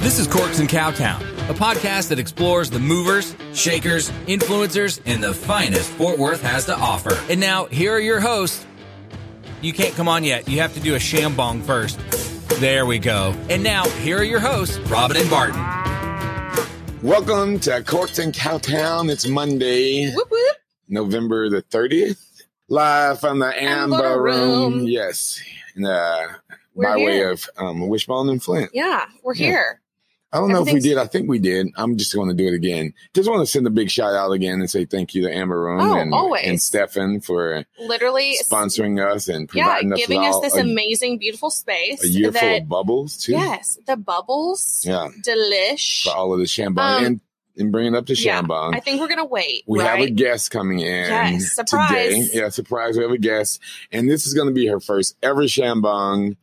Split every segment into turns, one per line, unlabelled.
This is Corks and Cowtown, a podcast that explores the movers, shakers, influencers, and the finest Fort Worth has to offer. And now, here are your hosts. You can't come on yet. You have to do a shambong first. There we go. And now, here are your hosts, Robin and Barton.
Welcome to Corks and Cowtown. It's Monday,
Whoop, whoop.
November the 30th, live from the Amber,
Amber
Room.
Room.
Yes, in, uh,
We're
by way
here.
of um, Wishbone and Flint.
Yeah, we're
Yeah.
here.
I don't know if we
Everything's-
did. I think we did. I'm just going to do it again. Just want to send a big shout out again and say thank you to Amber Room
Oh,
and,
always.
and Stefan for
Literally,
sponsoring us and
yeah,
providing us
giving us
all
this
a,
amazing, beautiful space.
a year full
that,
of bubbles too.
yes, the bubbles,
Yeah,
delish.
for all of the Shambon
Um,
and, and bringing up the
yeah,
Shambon.
I think we're gonna wait.
We
right?
have a guest coming in
Yes,
today.
surprise.
Yeah, surprise. We have a guest. And this is going to be her first ever Shambong.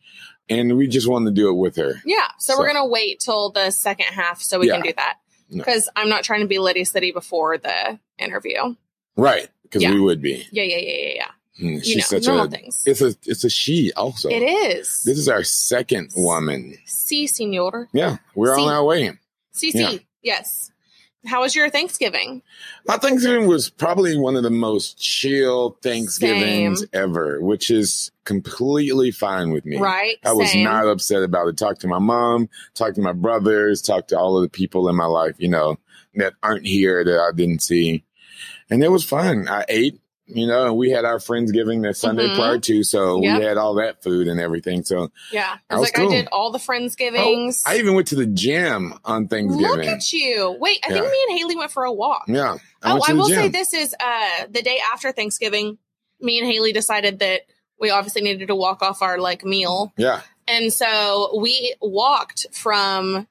And we just wanted to do it with her.
yeah, so, we're
So-
gonna wait till the second half so we
Yeah.
can do that
No.
because I'm not trying to be Liddy City before the interview.
Right. Because
Yeah.
we would be.
Yeah, yeah, yeah, yeah, yeah.
Mm, She's
You know,
such
normal
a.
things.
It's a it's a she also.
It is.
This is our second woman.
C, senor.
Yeah, we're
See?
on our way.
CC.
Yeah.
Yes. How was your Thanksgiving?
My Thanksgiving was probably one of the most chill Thanksgivings
Same.
ever, which is completely fine with me.
Right.
I was
Same.
not upset about it. Talked to my mom, talked to my brothers, talked to all of the people in my life, you know, that aren't here that I didn't see. And it was fun. I ate, you know, and we had our Friendsgiving that Sunday
Mhm.
prior to. So
Yep.
we had all that food and everything. So
Yeah. I
That
was
was
like,
cool. Oh,
I did all the Friendsgivings.
I even went to the gym on
Look
Thanksgiving.
at you. Wait, I
Yeah.
think me and Haley went for a walk.
Yeah.
oh,
went to
I
the
will say
gym.
this is uh the day after Thanksgiving. Me and Haley decided that we obviously needed to walk off our like meal.
Yeah.
And so we walked from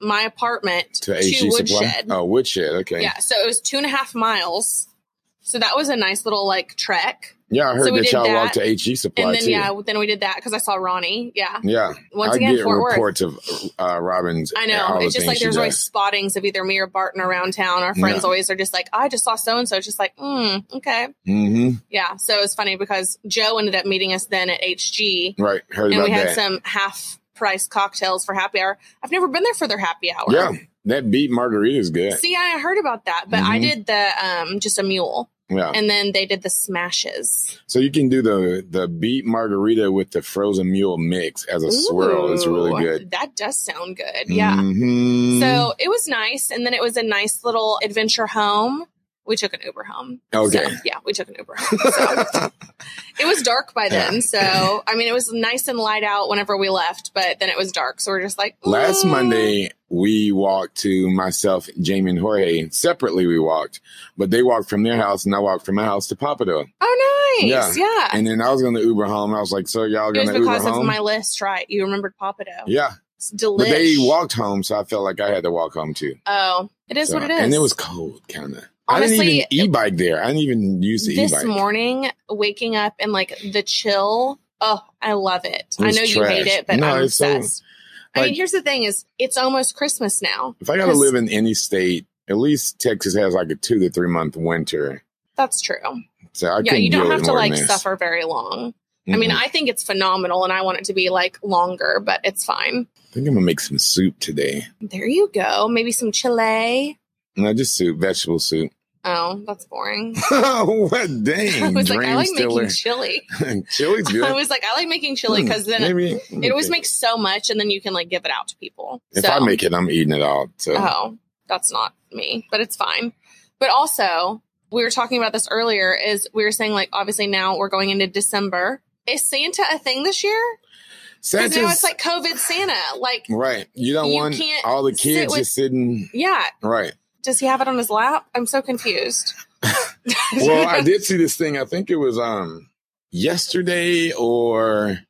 my apartment
To
to,
HG Supply.
Woodshed.
Oh, Woodshed. Okay.
Yeah. So it was two and a half miles. So that was a nice little like trek.
Yeah, I heard
So we
that
did
y'all
that.
walked to HG Supply
And then
too.
yeah, then we did that because I saw Ronnie. Yeah.
Yeah.
Once
I
again,
get
Fort Worth.
reports of uh, Robin's.
I know.
all the
It's
things
just like
she
there's always
does.
spottings of either me or Barton around town. Our friends
Yeah.
always are just like, I just saw so and so. It's just like, mm, okay.
Mm-hmm.
Yeah. So it was funny because Joe ended up meeting us then at HG
Right. Heard
and
about
we had
that.
some half price cocktails for happy hour. I've never been there for their happy hour.
yeah. That beat margarita is good.
See, I heard about that, but I
Mhm.
did the um just a mule
yeah.
and then they did the smashes.
So you can do the the beet margarita with the frozen mule mix as a swirl. It's really
Ooh,
good. Mm-hmm.
That does sound good. Yeah.
Mhm.
So it was nice. And then it was a nice little adventure home. We took an Uber home.
Okay.
So, yeah, we took an Uber home. So it was dark by then. So, I mean, it was nice and light out whenever we left, but then it was dark. So we're just like,
Last
mm.
Monday, we walked to myself, Jamie, and Jorge. Separately, we walked, but they walked from their house, and I walked from my house to Papado.
Oh,
Yeah.
nice. Yeah.
And then I was going to Uber home. I was like, "So y'all
it was
going to Uber
because of
home?"
my list, right? You remembered Papado.
yeah,
It's delish.
but they walked home, so I felt like I had to walk home too.
Oh, it is
So-
what it is.
And it was cold, kind of. I didn't
Honestly,
even e-bike there. I didn't even use the
this
e-bike.
morning, waking up and like the chill. Oh, I love it. I
was
know you hate
trash.
it, but
No,
I'm
it's so-
obsessed. I
like-
mean, here's the thing: is it's almost Christmas now.
If I got to
'Cause-
live in any state, at least Texas has like a two to three month winter.
That's true.
So I
yeah,
couldn't
you don't
deal
have
with
to
more than
like
this.
suffer very long. I mean,
Mm-mm.
I think it's phenomenal, and I want it to be like longer, but it's fine.
I think I'm gonna make some soup today.
There you go. Maybe some chile.
No, just soup, vegetable soup. Oh,
Oh, that's boring.
what
I
dang
was like, I
dream
like
stealer?
making chili.
Chili's good. Hmm,
I was like, I like making chili because then
Maybe,
it always makes so much, and then you can like give it out to people.
If
so,
I make it, I'm eating it all. So
oh, that's not me, but it's fine. But also, we were talking about this earlier. Is we were saying like, obviously now we're going into December. Is Santa a thing this year? Because
Santa's
now it's like COVID Santa. Like,
right. You don't
you
want
can't
all the
sit
kids
with-
just sitting
yeah,
right.
does he have it on his lap? I'm so confused.
well, I did see this thing. I think it was um yesterday or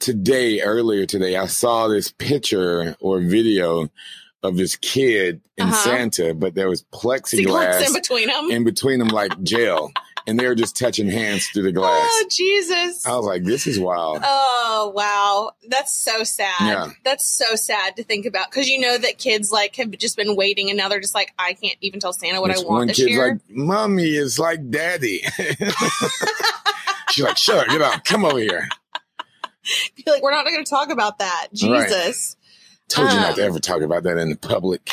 today, earlier today. I saw this picture or video of this kid and
Uh-huh.
Santa, but there was
Is he glass
plexiglass
in between them?
in between them, like jail, and they were just touching hands through the glass.
Oh Jesus!
I was like, "This is wild."
Oh wow, that's so sad.
Yeah.
That's so sad to think about because you know that kids like have just been waiting, and now they're just like, I can't even tell Santa what
This
I
one
want this
kid's
year.
like, "Mommy is like daddy." She's like, "Shut up, get out, come over here."
Be like, we're not going to talk about that. Jesus.
Told you
Uh-huh.
not to ever talk about that in the public.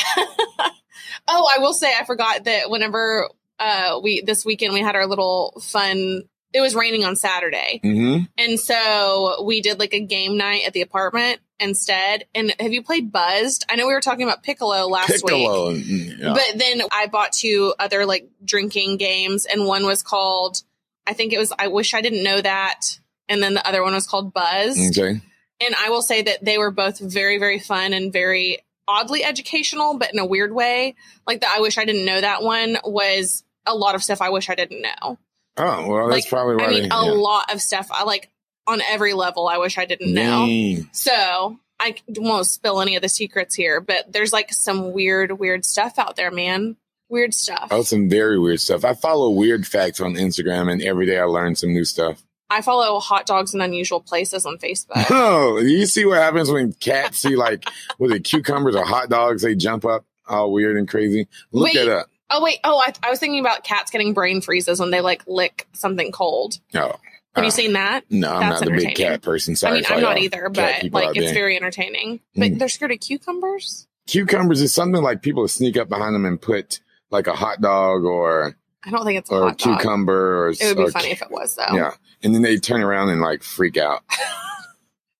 Oh, I will say I forgot that whenever uh we this weekend we had our little fun it was raining on Saturday.
hmm
And so we did like a game night at the apartment instead. And have you played Buzzed? I know we were talking about Piccolo last week.
Piccolo. mm, yeah.
But then I bought two other like drinking games, and one was called, I think it was I Wish I Didn't Know That. And then the other one was called Buzz.
Mm, okay.
And I will say that they were both very, very fun and very oddly educational, but in a weird way. Like the I Wish I Didn't Know That one was a lot of stuff I wish I didn't know.
Oh, well, that's
Like,
probably why
I mean,
they,
a lot of stuff I like on every level I wish I didn't know.
Dang.
So I won't spill any of the secrets here, but there's like some weird, weird stuff out there, man. Weird stuff.
Oh, some very weird stuff. I follow weird facts on Instagram, and every day I learn some new stuff.
I follow hot dogs in unusual places on Facebook.
Oh, you see what happens when cats see like was it cucumbers or hot dogs? They jump up all weird and crazy. Look
Wait.
it up.
oh wait, oh I, I was thinking about cats getting brain freezes when they like lick something cold.
No, Uh,
Have you seen that?
no, I'm
That's
not the big
entertaining.
cat person.
I
Sorry,
mean,
for
I'm
y'all
not either,
cat
but
people
like
out
it's
there.
very entertaining. But
Mm.
they're scared of cucumbers.
cucumbers is something like people sneak up behind them and put like a hot dog or
I don't think it's a
or
hot dog.
cucumber or
It would be
or-
funny if it was though.
Oh, Yeah, and then they turn around and like freak out.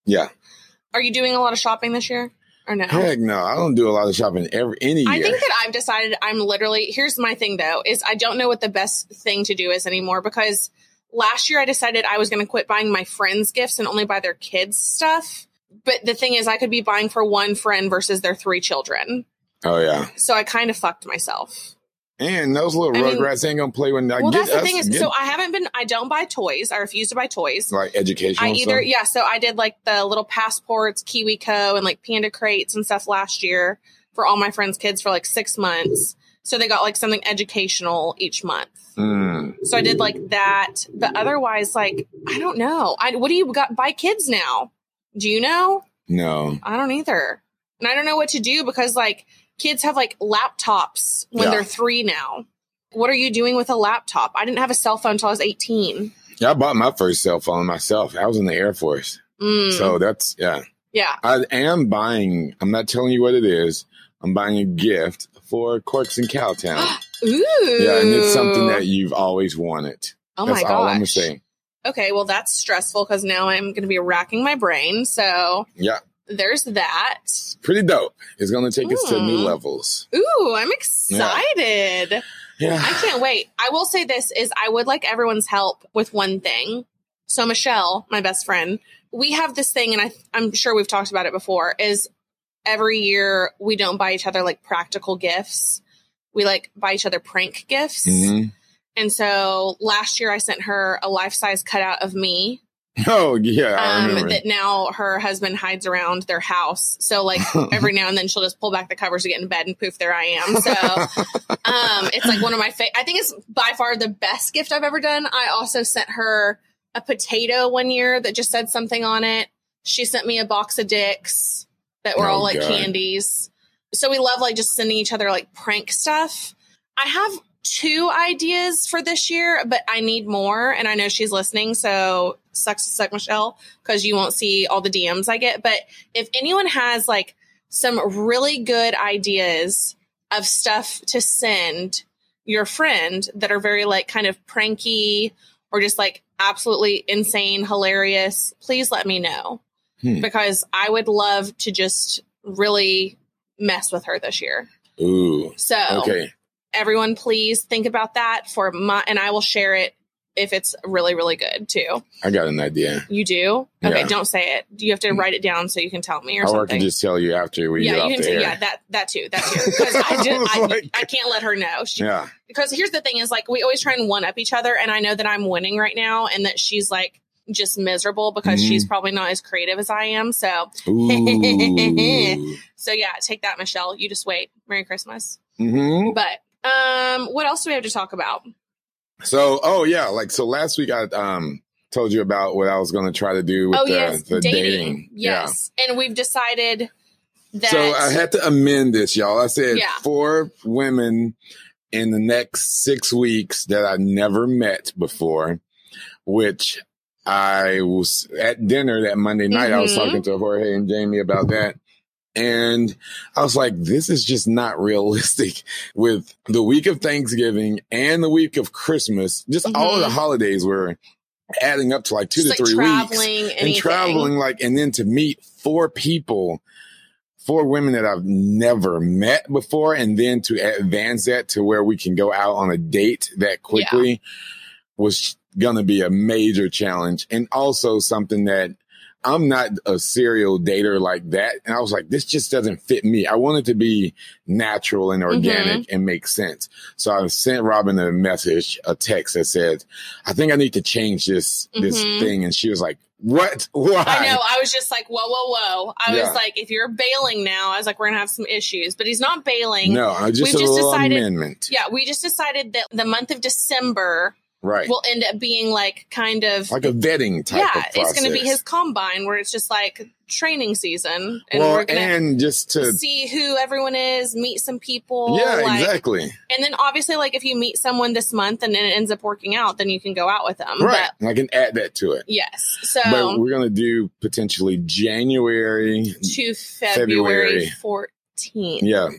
yeah,
Are you doing a lot of shopping this year or no?
heck no, I don't do a lot of shopping every any year.
I think that I've decided I'm literally here's my thing though is I don't know what the best thing to do is anymore because last year I decided I was going to quit buying my friends gifts and only buy their kids stuff. But the thing is I could be buying for one friend versus their three children.
oh yeah,
So I kind of fucked myself.
and those little
I mean-
rugrats ain't gonna play when like,
well,
get
that's the
us-
thing is
get,
so I haven't been I don't buy toys. I refuse to buy toys.
like educational.
I either
stuff.
yeah, so I did like the little passports, KiwiCo, and like panda crates and stuff last year for all my friends' kids for like six months. So they got like something educational each month.
Mm.
So I did like that, but otherwise, like I don't know. I what do you got buy kids now? Do you know?
No.
I don't either, and I don't know what to do because like kids have like laptops when
Yeah.
they're three now. What are you doing with a laptop? I didn't have a cell phone until I was eighteen.
Yeah, I bought my first cell phone myself. I was in the Air Force.
Mm,
So that's, yeah.
yeah,
I am buying, I'm not telling you what it is. I'm buying a gift for Corks and Cowtown.
ooh,
yeah, and it's something that you've always wanted.
oh
that's
my
all I'm going
gosh.
to say.
Okay, well that's stressful because now I'm going to be racking my brain. So
Yeah,
there's that.
pretty dope. It's going to take us to new
Mm.
levels.
Ooh, I'm excited.
Yeah.
I can't wait. I will say this is I would like everyone's help with one thing. So Michelle, my best friend, we have this thing and I I'm sure we've talked about it before is every year we don't buy each other like practical gifts. We like buy each other prank gifts.
Mhm.
And so last year I sent her a life-size cutout of me
Oh, yeah, I
um,
remember.
that now her husband hides around their house. So like every now and then she'll just pull back the covers to get in bed and poof, there I am. So um, it's like one of my favorite. I think it's by far the best gift I've ever done. I also sent her a potato one year that just said something on it. She sent me a box of dicks that were
Oh,
all like
God.
candies. So we love like just sending each other like prank stuff. I have two ideas for this year, but I need more. And I know she's listening, so sucks to suck, Michelle, because you won't see all the DMs I get. But if anyone has like some really good ideas of stuff to send your friend that are very like kind of pranky or just like absolutely insane, hilarious, please let me know
Hmm.
because I would love to just really mess with her this year.
Ooh.
So,
Okay.
everyone please think about that for my and I will share it if it's really really good too.
I got an idea.
You do? Okay,
Yeah. Hmm.
don't say it. You have to write it down so you can tell me or
Or I
something.
can just tell you after we
yeah,
get
you
off
can.
the air. Oh
yeah, that that too. That too. Because I,
I
did,
was
I,
like-
I can't let her know. She,
yeah.
Because here's the thing: is like we always try and one up each other, and I know that I'm winning right now, and that she's like just miserable because
Mhm.
she's probably not as creative as I am. So,
Ooh.
so yeah, take that, Michelle. You just wait. Merry Christmas.
hmm
But um, what else do we have to talk about?
So, oh yeah, like so last week I um told you about what I was going to try to do with
oh
the,
yes,
the
dating.
dating.
Yes, and we've decided
Yeah.
that.
So I had to amend this, y'all. I said
Yeah.
four women in the next six weeks that I never met before, which I was at dinner that Monday night. I was
Mhm.
talking to Jorge and Jamie about that. And I was like, this is just not realistic with the week of Thanksgiving and the week of Christmas. Just
Mhm.
all the holidays were adding up to like two
Just,
to
like,
three weeks
traveling,
and
anything.
traveling like and then to meet four people four women that i've never met before and then to advance that to where we can go out on a date that quickly was gonna be a major challenge and also something that i'm not a serial dater like that and i was like this just doesn't fit me i want it to be natural and organic and make sense so i sent robin a message a text that said i think i need to change this this
Mhm.
thing and she was like what why
I know. I was just like, whoa, whoa, whoa. I
Yeah.
was like, if you're bailing now, I was like, we're gonna have some issues. But he's not bailing.
no I just
We've
a
just
little
decided-
amendment
Yeah, we just decided that the month of December
right
will end up being like kind of
like a vetting type
yeah,
of process
it's gonna be his combine where it's just like training season, and
well
we're gonna
and just to
see who everyone is, meet some people.
yeah
like,
exactly
And then obviously, like if you meet someone this month and then it ends up working out, then you can go out with them.
right
But
i can add that to it
yes, so
but we're gonna do potentially january
to February fourteenth.
yeah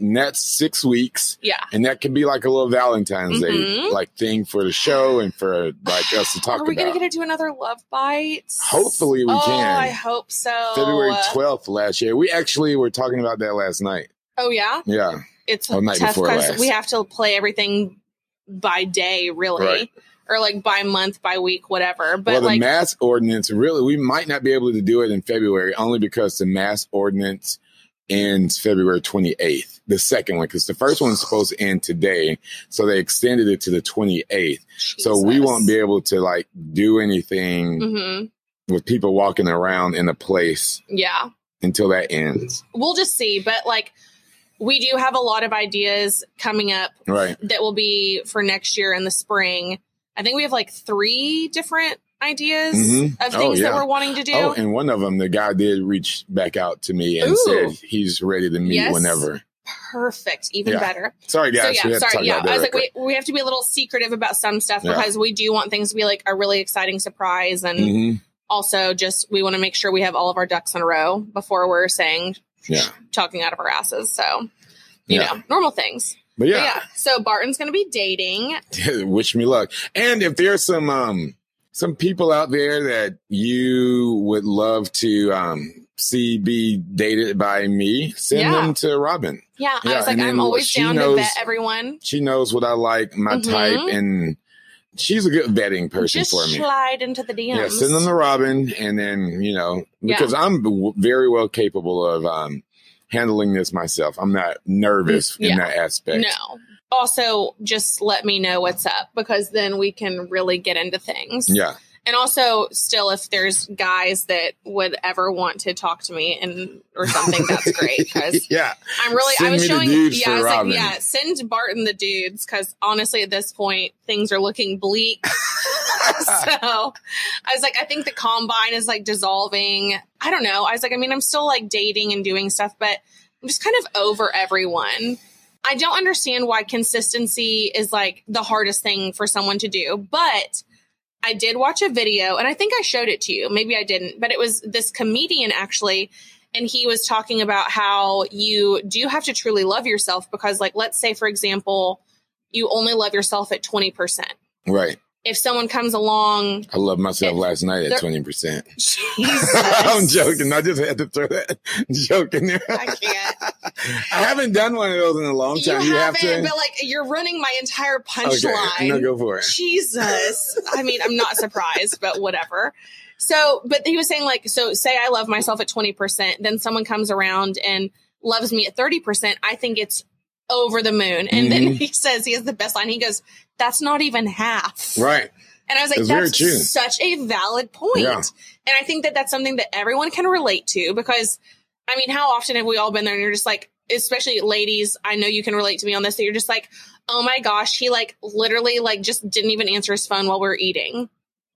and that's six weeks
Yeah.
and that could be like a little valentine's day
Mhm.
like thing for the show and for like us to talk
Are we
about
gonna get to do another love bite?
Hopefully we
oh,
can.
I hope so.
february 12th last year we actually were talking about that last night
Oh yeah,
yeah
it's
Oh, night
tough
before
because
last.
we have to play everything by day, really,
Right.
or like by month, by week, whatever. But
well, the
like,
mask ordinance really, we might not be able to do it in February only because the mask ordinance ends February 28th, the second one, because the first one's supposed to end today. So they extended it to the 28th. So we won't be able to like do anything
hmm
with people walking around in a place
Yeah.
until that ends.
we'll just see. But like, we do have a lot of ideas coming up
Right.
that will be for next year in the spring. I think we have like three different ideas
Mhm.
of
Oh,
things
yeah.
that we're wanting to do.
Oh, and one of them, the guy did reach back out to me and
Ooh.
said he's ready to meet
Yes.
whenever.
Perfect, even
Yeah.
better.
Sorry, guys.
so
we
yeah,
had to talk
sorry, yeah.
about that.
I was like,
real
we, we have to be a little secretive about some stuff
Yeah.
because we do want things to be like a really exciting surprise, and
quick. Mhm.
also just we want to make sure we have all of our ducks in a row before we're saying
Yeah.
talking out of our asses. So you
Yeah.
know, normal things.
But
But
yeah.
yeah. So Barton's going to be dating.
wish me luck. And if there's some um some people out there that you would love to um see be dated by me, send
Yeah.
them to Robin.
Yeah,
Yeah,
I was like,
and then
I'm always
she
down
knows-
to vet everyone.
She knows what I like, my
Mhm.
type, and she's a good vetting person
Just
for me.
slide into the DMs.
Yeah, send them to Robin, and then you know
Yeah.
because I'm w- very well capable of um handling this myself. I'm not nervous
Yeah.
in that aspect.
no. Also, just let me know what's up because then we can really get into things.
Yeah,
And also, still, if there's guys that would ever want to talk to me and or something, that's great because
yeah,
I'm really
Send
I was
me the
showing
dudes
yeah
for
I was
Robin.
like yeah send Barton the dudes because honestly at this point things are looking bleak. so I was like I think the combine is like dissolving. I don't know. I was like I mean I'm still like dating and doing stuff, but I'm just kind of over everyone. I don't understand why consistency is like the hardest thing for someone to do, but I did watch a video and I think I showed it to you. Maybe I didn't, but it was this comedian actually. And he was talking about how you do have to truly love yourself because, like, let's say, for example, you only love yourself at 20%.
right.
If someone comes along,
I loved myself
It-
last night at
there-
twenty percent.
Jesus.
I'm joking. I just had to throw that joke in there.
I can't.
I haven't done one of those in a long
You
time. You, have
haven't,
to.
but like, you're running my entire punchline.
Okay, no, go for it.
Jesus. I mean, I'm not surprised, but whatever. So, but he was saying, like, so say I love myself at 20%, then someone comes around and loves me at 30%. I think it's over the moon. And then he says he has the best line. He goes, that's not even half.
Right.
And I was like,
It's very
that's
true.
such a valid point.
Yeah.
And I think that that's something that everyone can relate to because, I mean, how often have we all been there and you're just like, especially ladies, I know you can relate to me on this, that you're just like, oh my gosh, he like literally like just didn't even answer his phone while we are eating.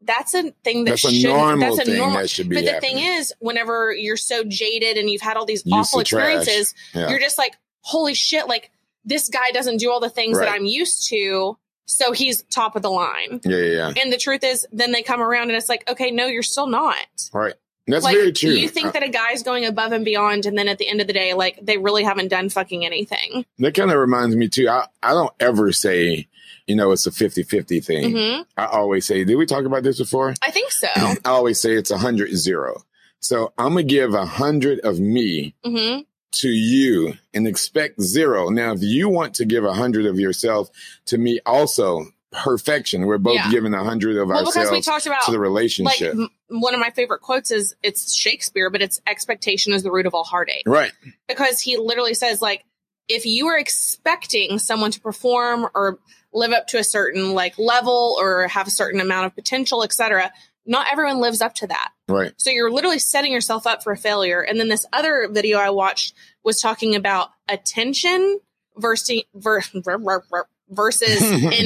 That's a thing that
That's a
should
normal
that's a
thing
normal.
that should be.
But the
happening.
thing is, whenever you're so jaded and you've had all these
Used
awful
to trash.
experiences,
Yeah.
you're just like, holy shit, like this guy doesn't do all the things that
Right.
I'm used to. So he's top of the line.
yeah, yeah, yeah.
And the truth is, then they come around and it's like, okay, no, you're still not.
Right. That's
like,
very true. Uh,
You think that a guy's going above and beyond, and then at the end of the day, like they really haven't done fucking anything.
that kind of reminds me too. I, I don't ever say, you know, it's a 50 50 thing.
hmm
I always say, did we talk about this before?
I think so.
I always say it's a hundred zero. So I'm going to give a hundred of me
hmm
to you and expect zero. Now, if you want to give a hundred of yourself to me also, perfection. We're both
Yeah.
giving a hundred of
Well, because we
ourselves
talked about
to the
like
relationship.
m- one of my favorite quotes is it's Shakespeare, but it's expectation is the root of all heartache
right.
because he literally says like if you are expecting someone to perform or live up to a certain like level or have a certain amount of potential, etc. Not everyone lives up to that.
Right.
So you're literally setting yourself up for failure. And then this other video I watched was talking about attention versus ver- ver- ver- ver- versus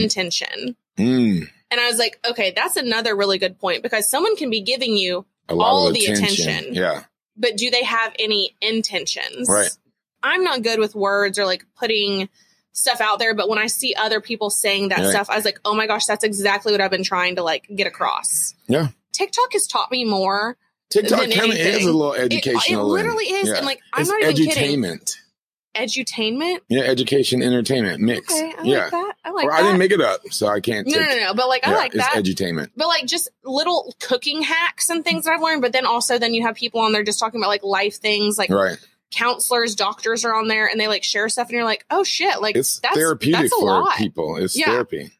intention.
Mm,
And I was like, okay, that's another really good point because someone can be giving you,
a lot
All
of
the
attention.
attention.
Yeah.
but do they have any intentions?
Right.
I'm not good with words or like putting stuff out there, but when I see other people saying that
Right.
stuff, I was like, oh my gosh, that's exactly what I've been trying to like get across.
Yeah.
TikTok has taught me more
TikTok
Than
kind of
anything.
is a little
It-
educational.
It, literally is.
yeah.
And like, I'm
it's
not even kidding.
edutainment.
Edutainment.
Yeah, education, entertainment, mix.
Okay, I
yeah.
like that. I like
or
that.
I didn't make it up, so I can't
no,
take
no, no, no. But like, I
yeah,
like
it's
that.
edutainment.
but like, just little cooking hacks and things that I've learned. But then also, then you have people on there just talking about like life things, like
Right.
counselors, doctors are on there, and they like share stuff, and you're like, oh shit, like
It's
that's
therapeutic
That's a
for
lot.
people. It's
Yeah.
therapy.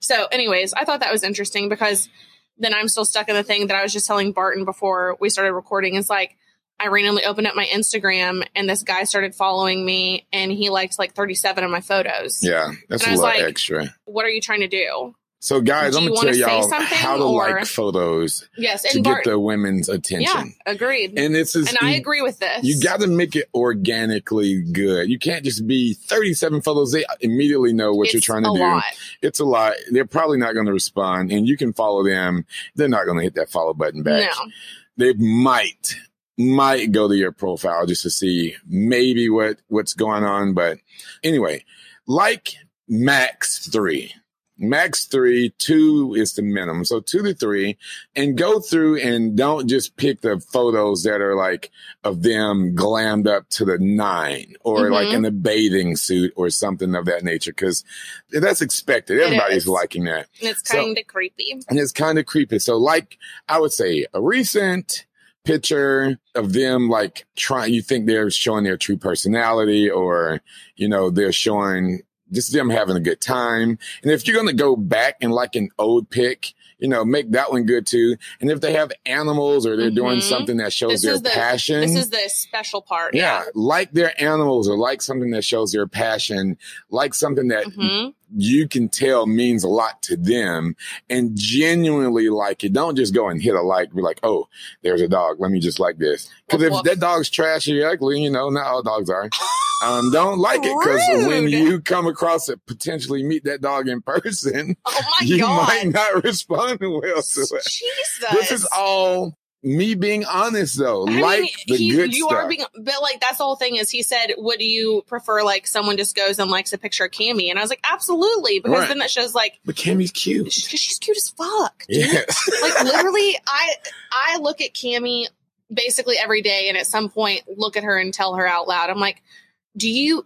So, anyways, I thought that was interesting because then I'm still stuck in the thing that I was just telling Barton before we started recording. It's like I randomly opened up my Instagram and this guy started following me and he liked like 37 of my photos.
Yeah. That's
And I
a
was
little
like-
extra.
what are you trying to do?
So guys,
Do
I'm
you
gonna
wanna
tell
say
y'all
something,
how to
or-
like photos
Yes,
to
and
get
Barton.
the women's
Yeah,
attention.
agreed. And,
And it's is
I
you-
agree with this.
You got to make it organically good. You can't just be 37 photos. They immediately know what you're
It's
trying to
a
do.
lot.
It's a lot. They're probably not going to respond, and you can follow them. They're not going to hit that follow button back.
No,
they might might go to your profile just to see maybe what what's going on but anyway like max three max three two is the minimum so two to three and go through and don't just pick the photos that are like of them glammed up to the nine or
Mhm.
like in a bathing suit or something of that nature because that's expected
It
everybody's
is.
liking that
and it's
So-
kind of creepy.
and it's kind of creepy. So, like, I would say a recent picture of them, like, trying, you think they're showing their true personality or, you know, they're showing just them having a good time. And if you're going to go back and like an old pic, you know, make that one good too. And if they have animals or they're doing
Mhm.
something that shows
This
their
is the-
passion.
This is the special part.
yeah, like their animals or like something that shows their passion, like something that
hmm
you can tell means a lot to them and genuinely like it. Don't just go and hit a like, be like, oh, there's a dog. Let me just like this. Because
Woof,
if
woof.
that dog's trashy, ugly, you know, not all dogs are. Um, don't like it because when
Rude.
you come across it, potentially meet that dog in person,
Oh my
you
god.
might not respond well to it.
Jesus.
This is all me being honest though.
I
like
mean,
the
he,
good
you
stuff.
are being, but like that's the whole thing. Is he said, "Would you prefer like someone just goes and likes a picture of Cammy?" And I was like, "Absolutely," because
Right.
then that shows like
but Cammy's cute.
sh- she's cute as fuck.
Yes.
like literally i i look at cami basically every day and at some point look at her and tell her out loud i'm like do you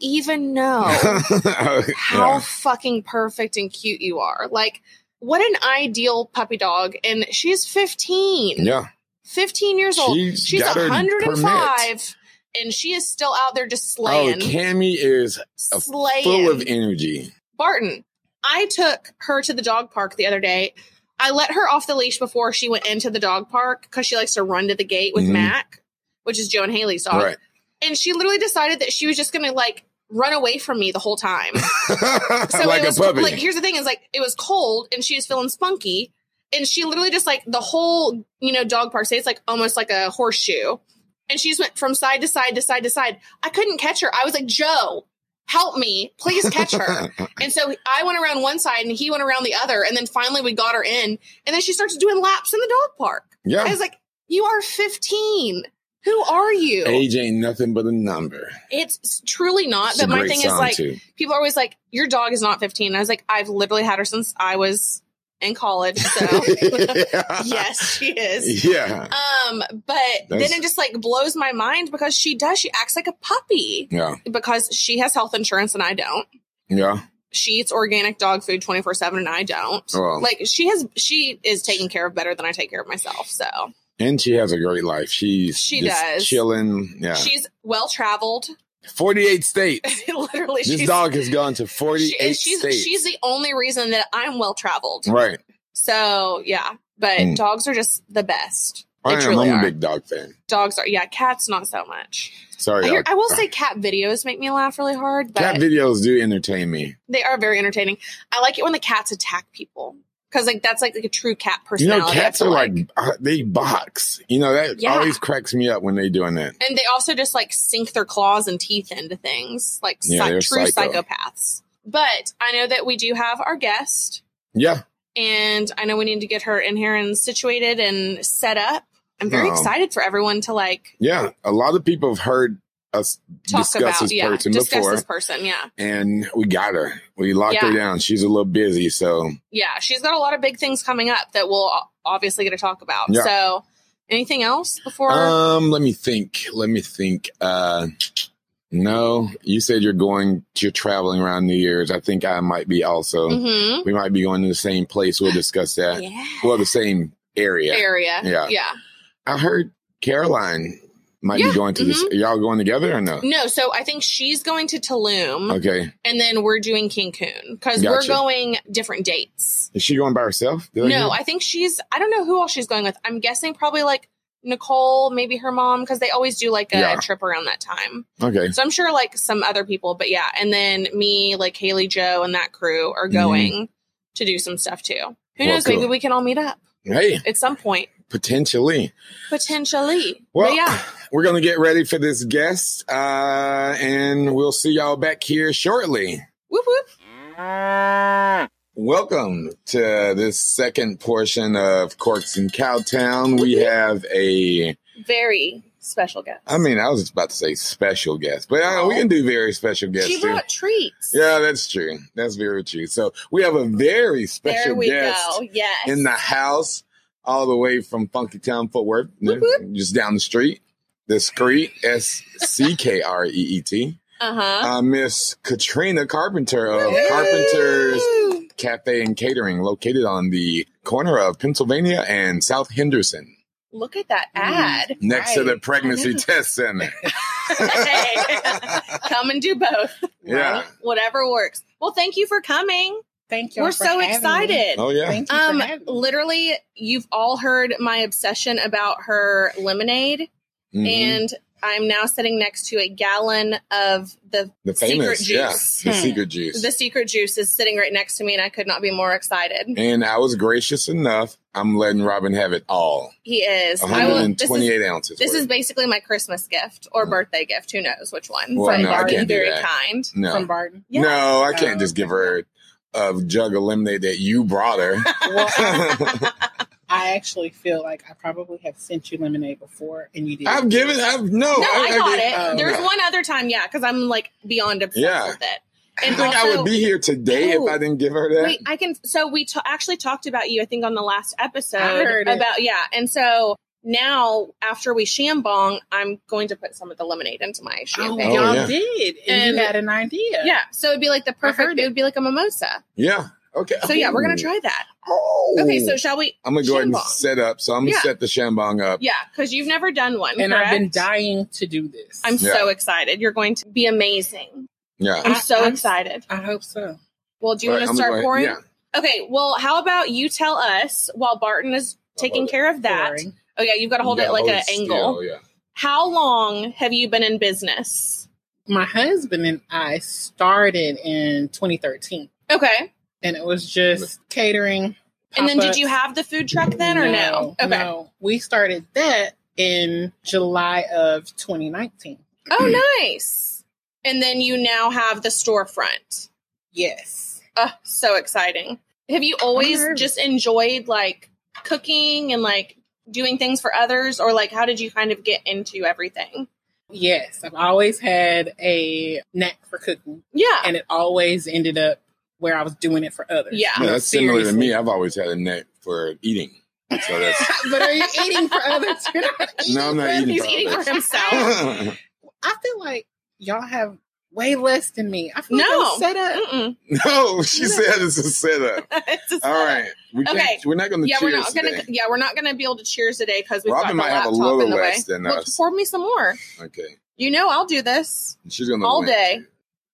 even know how
Oh, Yeah.
fucking perfect and cute you are like what an ideal puppy dog and she's 15
yeah.
15 years old
She's
she's
got her
105 and she is still out there just
Oh,
slaying
Cammy is a
slaying
full of energy.
Barton, I took her to the dog park the other day. I let her off the leash before she went into the dog park because she likes to run to the gate with
Mhm.
Mac, which is Joe and Haley's dog.
Right.
And she literally decided that she was just going to like run away from me the whole time. So
like
it
a
was,
puppy.
Like here's the thing: is like it was cold and she was feeling spunky, and she literally just like the whole you know dog park. Say it's like almost like a horseshoe, and she just went from side to side to side to side. I couldn't catch her. I was like, Joe, help me, please catch her. and so I went around one side and he went around the other, and then finally we got her in, and then she starts doing laps in the dog park. I
yeah.
was like, you are 15. Who are you?
Age ain't nothing but a number.
It's truly not.
It's a
but my
great
thing is
song
like
too.
people are always like, "Your dog is not 15." I was like, "I've literally had her since I was in college. So yes, she is.
yeah.
Um, but
That's-
then it just like blows my mind because she does. She acts like a puppy
Yeah.
because she has health insurance and I don't.
Yeah.
She eats organic dog food 24 7 and I don't.
Well.
Like she has, she is taken care of better than I take care of myself. So
And she has a great life. She's
She
just
does.
chilling. Yeah.
she's well traveled.
48 states.
Literally,
This
she's,
dog has gone to
she-
48
she's,
states.
she's the only reason that I'm well traveled.
right.
So yeah, but
Mm.
dogs are just the best. They
I am,
truly
I'm a
are.
big dog fan.
Dogs are yeah. Cats not so much.
Sorry.
I, hear,
I'll-
I will say cat videos make me laugh really hard, but
cat videos do entertain me.
they are very entertaining. I like it when the cats attack people because like that's like, like a true cat
You
personality.
know, cats are
I feel
like, uh, they box. You know, that
Yeah.
always cracks me up when they doing that.
and they also just like sink their claws and teeth into things, like
Yeah,
psy-
they're
true
psycho.
psychopaths. But I know that we do have our guest,
Yeah.
and I know we need to get her in here and situated and set up. I'm very
Oh.
excited for everyone to like
Yeah. A lot of people have heard us
talk
discuss
about
this
yeah,
person
discuss
before.
this person, yeah.
and we got her. We locked her
Yeah.
down. She's a little busy, so
yeah, she's got a lot of big things coming up that we'll o- obviously get to talk about.
Yeah.
So, anything else before?
um let me think. Let me think. Uh no, you said you're going you're traveling around New Year's. I think I might be also.
Mhm.
We might be going to the same place. We'll discuss that.
yeah.
Well, the same area.
Area.
Yeah.
Yeah.
I heard Caroline might
Yeah, mm-hmm.
be going to this. Y'all going together or no?
No, so I think she's going to Tulum
Okay.
and then we're doing Cancun because we're
Gotcha.
going different dates.
Is she going by herself? Did I hear?
No, I think she's, I don't know who else she's going with. I'm guessing probably like Nicole, maybe her mom, because they always do like a
Yeah.
trip around that time.
okay.
So I'm sure like some other people, but yeah. And then me, like Haley Joe and that crew are going to do some stuff too. Who
Mm-hmm. Well,
knows? Maybe
cool.
we can all meet up
Hey,
at some point,
potentially.
potentially.
Well,
but yeah.
we're going to get ready for this guest, uh, and we'll see y'all back here shortly.
Whoop whoop.
Welcome to this second portion of Corks and Cowtown. We have a,
Very special guest.
I mean, I was just about to say special guest, but uh, we can do very special guests
Oh. she
too.
brought treats.
Yeah, that's true. That's very true. So we have a very
There
special
we
guest
go. Yes.
in the house, all the way from Funky Town Fort Worth,
Whoop, whoop.
just down the street. Discreet, S C K R E E T.
uh-huh.
Uh, Miss Katrina Carpenter of Carpenter's
Woo!
Cafe and Catering, located on the corner of Pennsylvania and South Henderson,
Look at that
Mm-hmm.
ad.
next to the
Right.
Pregnancy Test Center.
Hey. Come and do both.
Yeah.
Whatever works. Well, thank you for coming.
Thank you.
We're so excited.
Oh, yeah.
Thank you
Um,
for having me.
literally, you've all heard my obsession about her lemonade,
Mhm.
and I'm now sitting next to a gallon of the
the famous,
secret
yeah,
juice.
the
Hmm.
secret juice.
the secret juice is sitting right next to me, and I could not be more excited.
And I was gracious enough. I'm letting Robin have it all.
He is. I will. This is,
128 ounces.
this
worth. Mm-hmm.
is basically my Christmas gift or birthday gift. Who knows which one?
Well,
but
no, I
you've been
can't
do
very
that.
kind.
from
no,
Barton.
Yeah.
no, I can't
Oh,
just give
okay.
her a jug of lemonade that you brought her.
I actually feel like I probably have sent you lemonade before, and you did.
I've given. I've no.
No, I, got it.
oh,
There's
um, no.
one other time, yeah, because I'm like beyond obsessed
Yeah.
with it.
I think I would be here today if I didn't give her that.
Oh, Wait, I can. So we ta- actually talked about you, I think, on the last episode
I heard it.
about yeah. And so now, after we shambong, I'm going to put some of the lemonade into my
Oh,
champagne.
y'all
yeah.
did, and,
And-
you had an idea.
yeah. so it'd be like the perfect.
heard
It.
it.
would be like a mimosa.
yeah. Okay.
So yeah, we're gonna
Ooh.
try that.
Oh.
Okay, so shall we?
I'm gonna go ahead and
Shambong.
set up. So I'm gonna
Yeah.
set the shambong up.
Yeah, because you've never done one,
and I've been
correct?
dying to do this.
I'm
Yeah.
so excited. You're going to be amazing.
Yeah.
I'm
I-
so
I'm-
excited.
I hope so.
Well, do you
All
want
right,
to
I'm
start
gonna go
pouring?
ahead-
Okay, well, how about you tell us while Barton is taking
love it.
care of that?
Boring.
Oh yeah, you've got to
Yeah.
hold
You
it
gotta
like
hold
an
still,
angle.
Yeah.
How long have you been in business?
My husband and I started in 2013,
Okay.
and it was just catering.
And then did
pop-ups.
you have the food truck then or no? Okay.
no. we started that in July of 2019.
Oh, nice. And then you now have the storefront.
Yes.
Oh, so exciting. Have you always
nervous.
just enjoyed like cooking and like doing things for others or like how did you kind of get into everything?
Yes, I've always had a knack for cooking,
Yeah.
and it always ended up where I was doing it for others.
Yeah.
Yeah, that's similar to me.
Seriously.
I've always had a neck for eating. So that's
but are you eating for others? You're not
No, I'm not
for
eating
He's
for
others.
eating for himself.
I feel like y'all have way less than me. I feel
No.
like I'm set up.
Mm-mm.
no. She said it's a setup.
It's just-
All right, we can't,
Okay.
We're not going to
Yeah, we're
cheers
not gonna.
today.
Yeah, we're not gonna be able to cheers today because we've
Robin
got
might
the
have a
laptop
lower
in the way.
wax than
Well,
us.
pour me some more.
Okay,
You know I'll do this
she's going to
all day.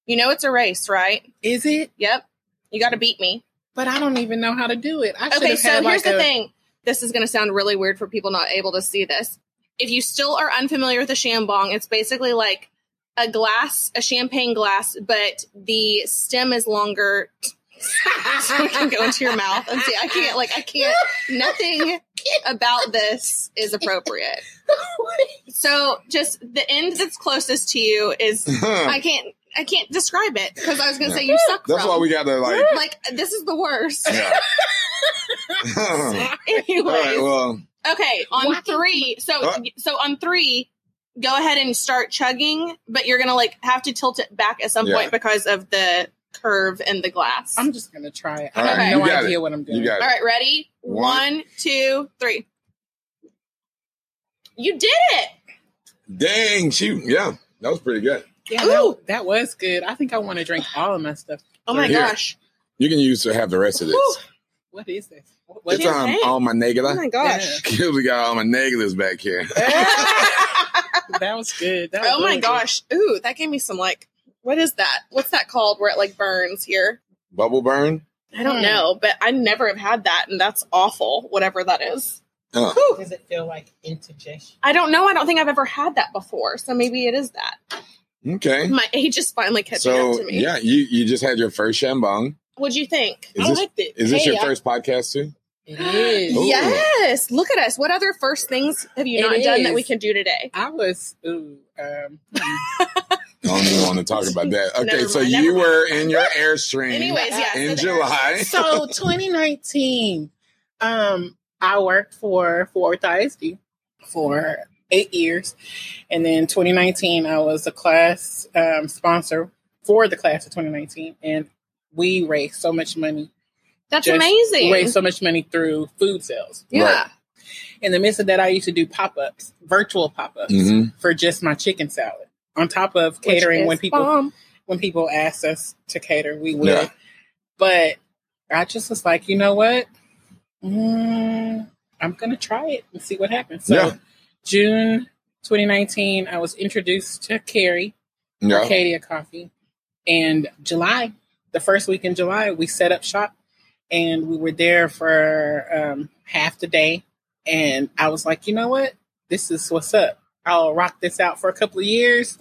You know it's a race, right?
Is it?
Yep. You got to beat me.
But I don't even know how to do it. I should
Okay,
have
so
had
here's
like
the
a-
thing. This is going to sound really weird for people not able to see this. If you still are unfamiliar with a shambong, it's basically like a glass, a champagne glass, but the stem is longer. so it can go into your mouth and see. I can't, like, I can't. Nothing about this is appropriate. So, just the end that's closest to you is I can't, I can't describe it because I was going to say you suck.
That's
from.
why we got to like.
like this is the worst.
Yeah. all
Anyway,
right. Well,
Okay, on
Why-
three. So
Uh.
so on three, go ahead and start chugging, but you're gonna like have to tilt it back at some
Yeah.
point because of the curve in the glass.
I'm just gonna try it. I
All
have
right,
no
you got
idea what I'm doing.
you got
All
it.
right, ready?
One.
One, two, three. You did it.
Dang, she. Yeah, that was pretty good.
Yeah,
Ooh.
that, that was good. I think I want to drink all of my stuff.
Oh my
Here.
gosh.
You can use to have the rest of this.
Whew.
What is this? What,
it's
what
your
um,
thing?
all my
Oh
negula.
my gosh.
we got all my negulars back here.
that was good. That was
Oh my
really
gosh. Ooh, that gave me some like what is that? What's that called where it like burns here?
Bubble burn.
I don't
Hmm.
know, but I never have had that and that's awful, whatever that is.
Uh,
good. Does it feel like indigestion?
I don't know. I don't think I've ever had that before. So maybe it is that.
okay.
My age is finally catching Hmm, up
So
to me.
yeah, you you just had your first shambong.
What'd you think?
Is
I
this-
liked it.
Is this
Hey,
your
I-
first podcast too?
It is.
Ooh.
Yes. Look at us. What other first things have you
It
not done that
is.
we can do today?
I was ooh, um,
I don't even want to talk about that. Okay,
Never
so
mind,
you
never mind.
were in your airstream
Anyways, yeah.
in
so
July.
so 2019 um i worked for ford isd for eight years and then 2019 i was a class um, sponsor for the class of 2019 and we raised so much money
That's
just
amazing.
raised so much money through food sales
yeah.
Right.
in the midst of that i used to do pop-ups virtual pop-ups
Mhm.
for just my chicken salad on top of
Which
catering
is
when people
bomb.
when people asked us to cater, we would.
Yeah.
But I just was like, you know what? Mm, I'm gonna try it and see what happens. So
Yeah.
June 2019, I was introduced to Carrie
Yeah.
Arcadia Coffee, and July, the first week in July, we set up shop, and we were there for um, half the day. And I was like, you know what? This is what's up. I'll rock this out for a couple of years,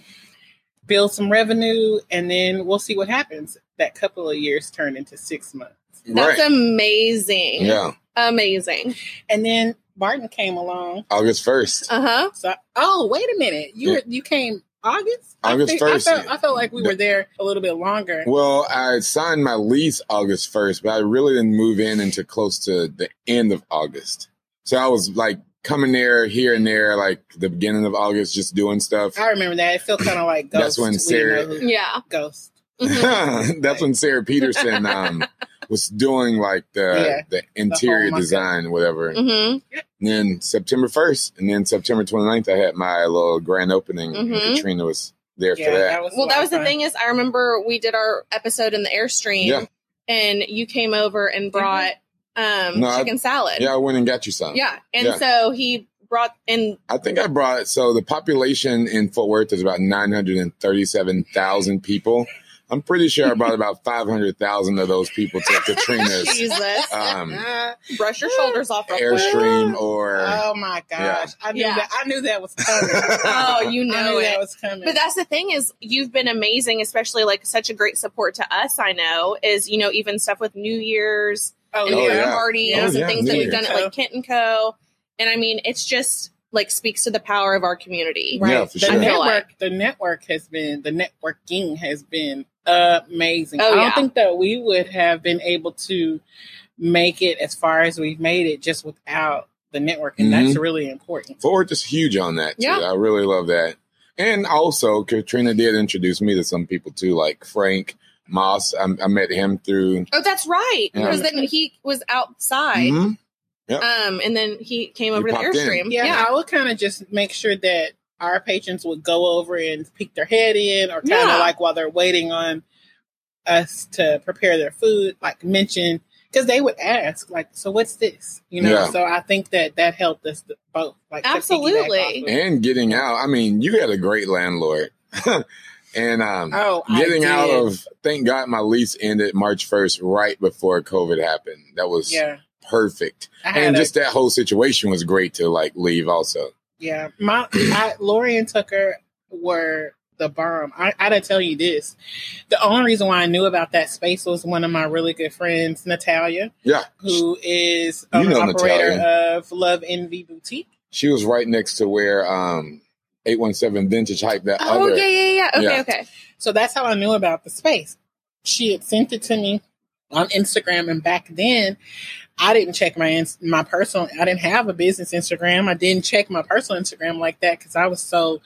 build some revenue, and then we'll see what happens. That couple of years turned into six months,
That's
right.
amazing.
yeah.
Amazing.
and then Martin came along.
August first.
Uh huh.
So, oh, wait a minute, you were, you came August. I
August
think- I,
1st.
felt, I felt like we were there a little bit longer.
Well, I signed my lease August first, but I really didn't move in until close to the end of August. So I was like coming there, here and there, like the beginning of August, just doing stuff.
I remember that. It felt kind of like
That's
Ghost.
when
We didn't
Sarah-
know who-
Yeah.
Ghost.
Mhm.
Mm-hmm.
That's when Sarah Peterson um, was doing like the
Yeah.
the interior
market. Mm-hmm.
design, whatever.
Mhm.
And then September 1st, and then September 29th, I had my little grand opening.
Mhm.
And Katrina was there
Mm-hmm. Yeah,
for that.
was. a
Well,
lot
that
of
was the
fun.
thing is, I remember we did our episode in the airstream,
Yeah.
and you came over and brought um,
No, I-
chicken salad.
Yeah, I went and got you some.
Yeah. And
Yeah.
so he brought in
I think I brought, so the population in Fort Worth is about 937,000 people. I'm pretty sure I brought about 500,000 of those people to Katrina's
Jesus.
um,
Ah,
Brush your shoulders off. real quick.
Airstream or.
oh my gosh!
Yeah.
I knew
Yeah.
that. I knew that was coming.
Oh, you
I
know
knew that
it.
was coming.
But that's the thing is you've been amazing, especially like such a great support to us, I know, is you know, even stuff with New Year's
oh,
and
Oh,
different
yeah.
parties
Oh,
and
yeah,
things
New
that we've
Year's.
done at like Kent and Co. And I mean it's just like speaks to the power of our community.
Right.
Yeah, for
the
sure.
network,
Like-
the network has been, the networking has been amazing.
Oh,
I don't
yeah.
think that we would have been able to make it as far as we've made it just without the network, and
Mm-hmm.
that's really important.
Fort Worth is huge on that. Too.
Yeah.
I really love that. And also, Katrina did introduce me to some people too, like Frank Moss. I, I met him through.
Oh, that's right.
Yeah.
Because then he was outside.
Mhm.
Um, and then he came over to the
popped in.
airstream.
Yeah, I would kind of just make sure that our patrons would go over and peek their head in, or kind of
Yeah.
like while they're waiting on us to prepare their food, like mention because they would ask, like, "So what's this?" You know.
Yeah.
So I think that that helped us th- both, like, to piggyback
Absolutely.
off of-
and getting out. I mean, you had a great landlord, and um,
Oh, I
getting out
did.
of. Thank God, my lease ended March first, right before COVID happened. That was
yeah,
perfect,
I had
and
a-
just that whole situation was great to like leave. Also,
Yeah, my I, Lori and Tucker were the bomb. I, I didn't tell you this. The only reason why I knew about that space was one of my really good friends, Natalia,
yeah,
who is
You
um,
know
operator
Natalia.
of Love Envy Boutique.
she was right next to where um, eight one seven Vintage hyped that
Oh,
other.
yeah, yeah, yeah. Okay,
Yeah.
okay.
So that's how I knew about the space. She had sent it to me on Instagram, and back then I didn't check my ins- my personal. I didn't have a business Instagram. I didn't check my personal Instagram like that because I was so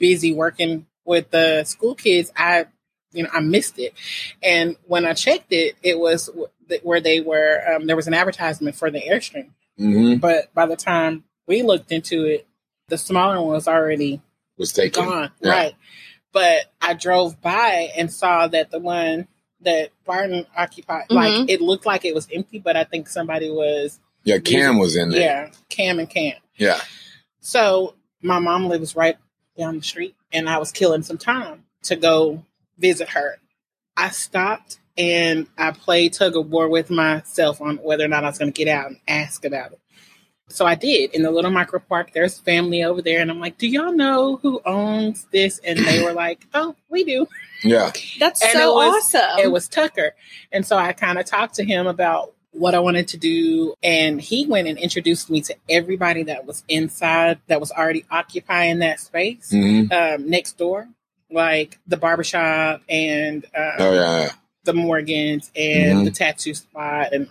busy working with the school kids. I you know I missed it, and when I checked it, it was w- th- where they were. Um, there was an advertisement for the airstream,
Mhm.
but by the time we looked into it, the smaller one was already
was taken.
gone.
Yeah.
Right. But I drove by and saw that the one that Barton occupied, like
Mm-hmm.
Mhm.
it looked like it was empty, but I think somebody was,
Yeah, Cam was in there.
yeah, Cam and Cam.
Yeah,
So my mom lives right down the street, and I was killing some time to go visit her. I stopped and I played tug of war with myself on whether or not I was going to get out and ask about it. So I did in the little micro park. There's family over there, and I'm like, "Do y'all know who owns this?" And they were like, "Oh, we do."
yeah.
That's
And
so
it was-
awesome.
it was Tucker. And so I kind of talked to him about what I wanted to do. And he went and introduced me to everybody that was inside, that was already occupying that space
Mhm.
um, next door, like the barbershop and um,
Oh yeah, yeah.
the Morgans and
Mhm.
the tattoo spot and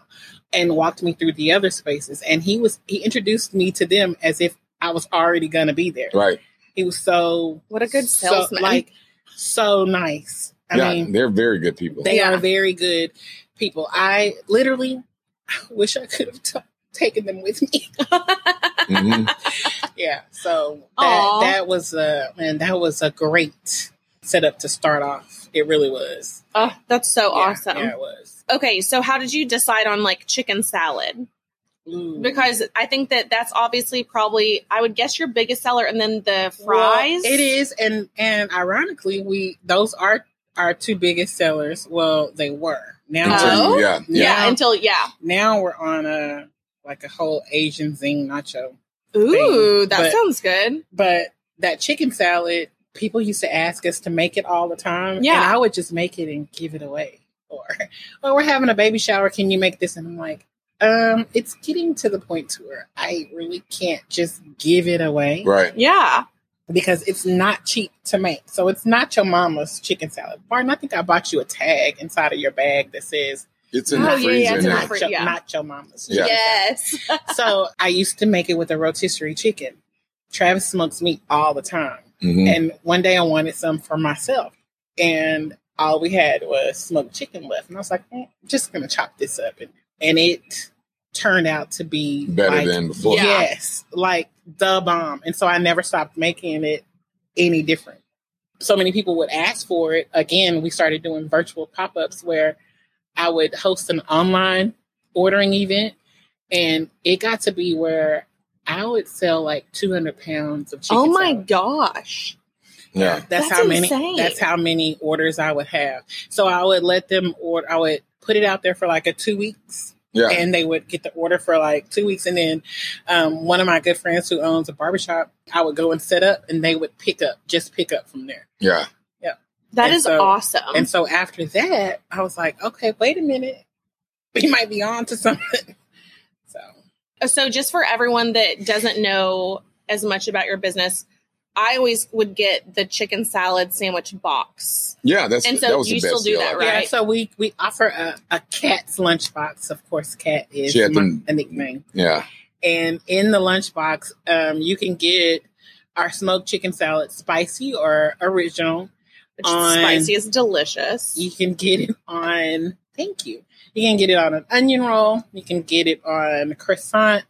and walked me through the other spaces. And he was he introduced me to them as if I was already gonna be there.
right.
He was so
what a good
so,
salesman.
like so nice. I
yeah,
mean
they're very good people.
they
Yeah.
are very good people. I literally I wish I could have t- taken them with me.
Mhm.
yeah. So
Aw.
that, that was a man. That was a great setup to start off. It really was.
oh, that's so
Yeah,
awesome.
Yeah, it was.
Okay, so how did you decide on like chicken salad?
Mm.
Because I think that that's obviously probably I would guess your biggest seller, and then the
Well,
fries.
it is, and and ironically, we those are our two biggest sellers. Well, they were. Now,
Oh.
Until you- yeah, yeah.
yeah.
now,
Until yeah.
now we're on a like a whole Asian zing nacho.
Ooh, that
but-
sounds good.
but that chicken salad, people used to ask us to make it all the time.
Yeah.
And I would just make it and give it away. Or, well, we're having a baby shower. Can you make this? And I'm like, um, it's getting to the point to where I really can't just give it away
Right.
Yeah.
because it's not cheap to make. So it's not your mama's chicken salad. Barton, I think I bought you a tag inside of your bag that says,
It's in
Oh,
the
yeah,
freezer
yeah, it's in
now.
the fr-
not, your,
yeah.
not your mama's
Yeah.
chicken salad
Yes.
so I used to make it with a rotisserie chicken. Travis smokes meat all the time.
Mhm.
And one day I wanted some for myself. And all we had was smoked chicken left. And I was like, "Eh, I'm just going to chop this up. And, and it turned out to be
Better
like,
than before.
Yeah.
Yes, like the bomb. And so I never stopped making it any different. So many people would ask for it. Again, we started doing virtual pop ups where I would host an online ordering event. And it got to be where I would sell like 200 pounds of chicken.
oh my
salad.
gosh.
Yeah.
That's,
That's
how many.
insane.
That's how many orders I would have. So I would let them order. I would put it out there for like a two weeks,
Yeah.
and they would get the order for like two weeks and then um, one of my good friends who owns a barbershop i would go and set up and they would pick up just pick up from there
Yeah.
That
And
is
so-
awesome.
and so after that i was like okay wait a minute we might be on to something so
so just for everyone that doesn't know as much about your business, I always would get the chicken salad sandwich box.
Yeah. That's
And so
that was
you
the
still
best
do
deal.
that,
I-
right?
yeah so we we offer a, a cat's lunchbox of course cat is
She had
my,
them-
a nickname
Yeah.
and in the lunchbox um, you can get our smoked chicken salad spicy or original
It's
on
spicy. It's delicious.
you can get it on thank you. You can get it on an onion roll, you can get it on a croissant,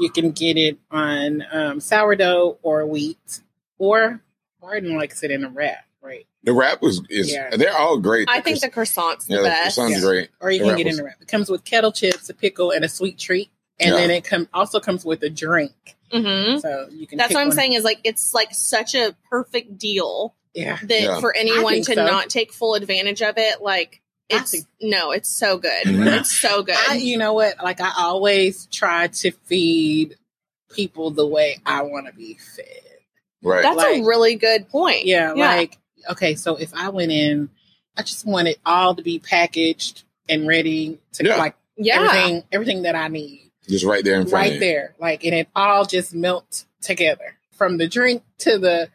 you can get it on um, sourdough or wheat, or Martin likes it in a wrap, right?
The wrap was is
Yeah.
they're all great.
I think the croissant's the
yeah, the
best.
sounds
Yeah.
great.
Or you
The
can
wrap
get it
was-
in a wrap. It comes with kettle chips, a pickle, and a sweet treat. And
Yeah.
then it come also comes with a drink.
hmm
So you can
That's
pick
what I'm
one.
saying is like it's like such a perfect deal
Yeah.
that
Yeah.
for anyone
think
to
so.
not take full advantage of it, like
I
it's
think-
no, it's so good.
Mhm.
It's so good.
I, you know what? Like I always try to feed people the way I want to be fed.
Right.
That's a
like-
really good point.
Yeah, like okay, so if I went in, I just want it all to be packaged and ready to
Yeah.
like
yeah.
everything, everything that I need
Just right there in front
right
of you.
there, like and it all just melt together from the drink to the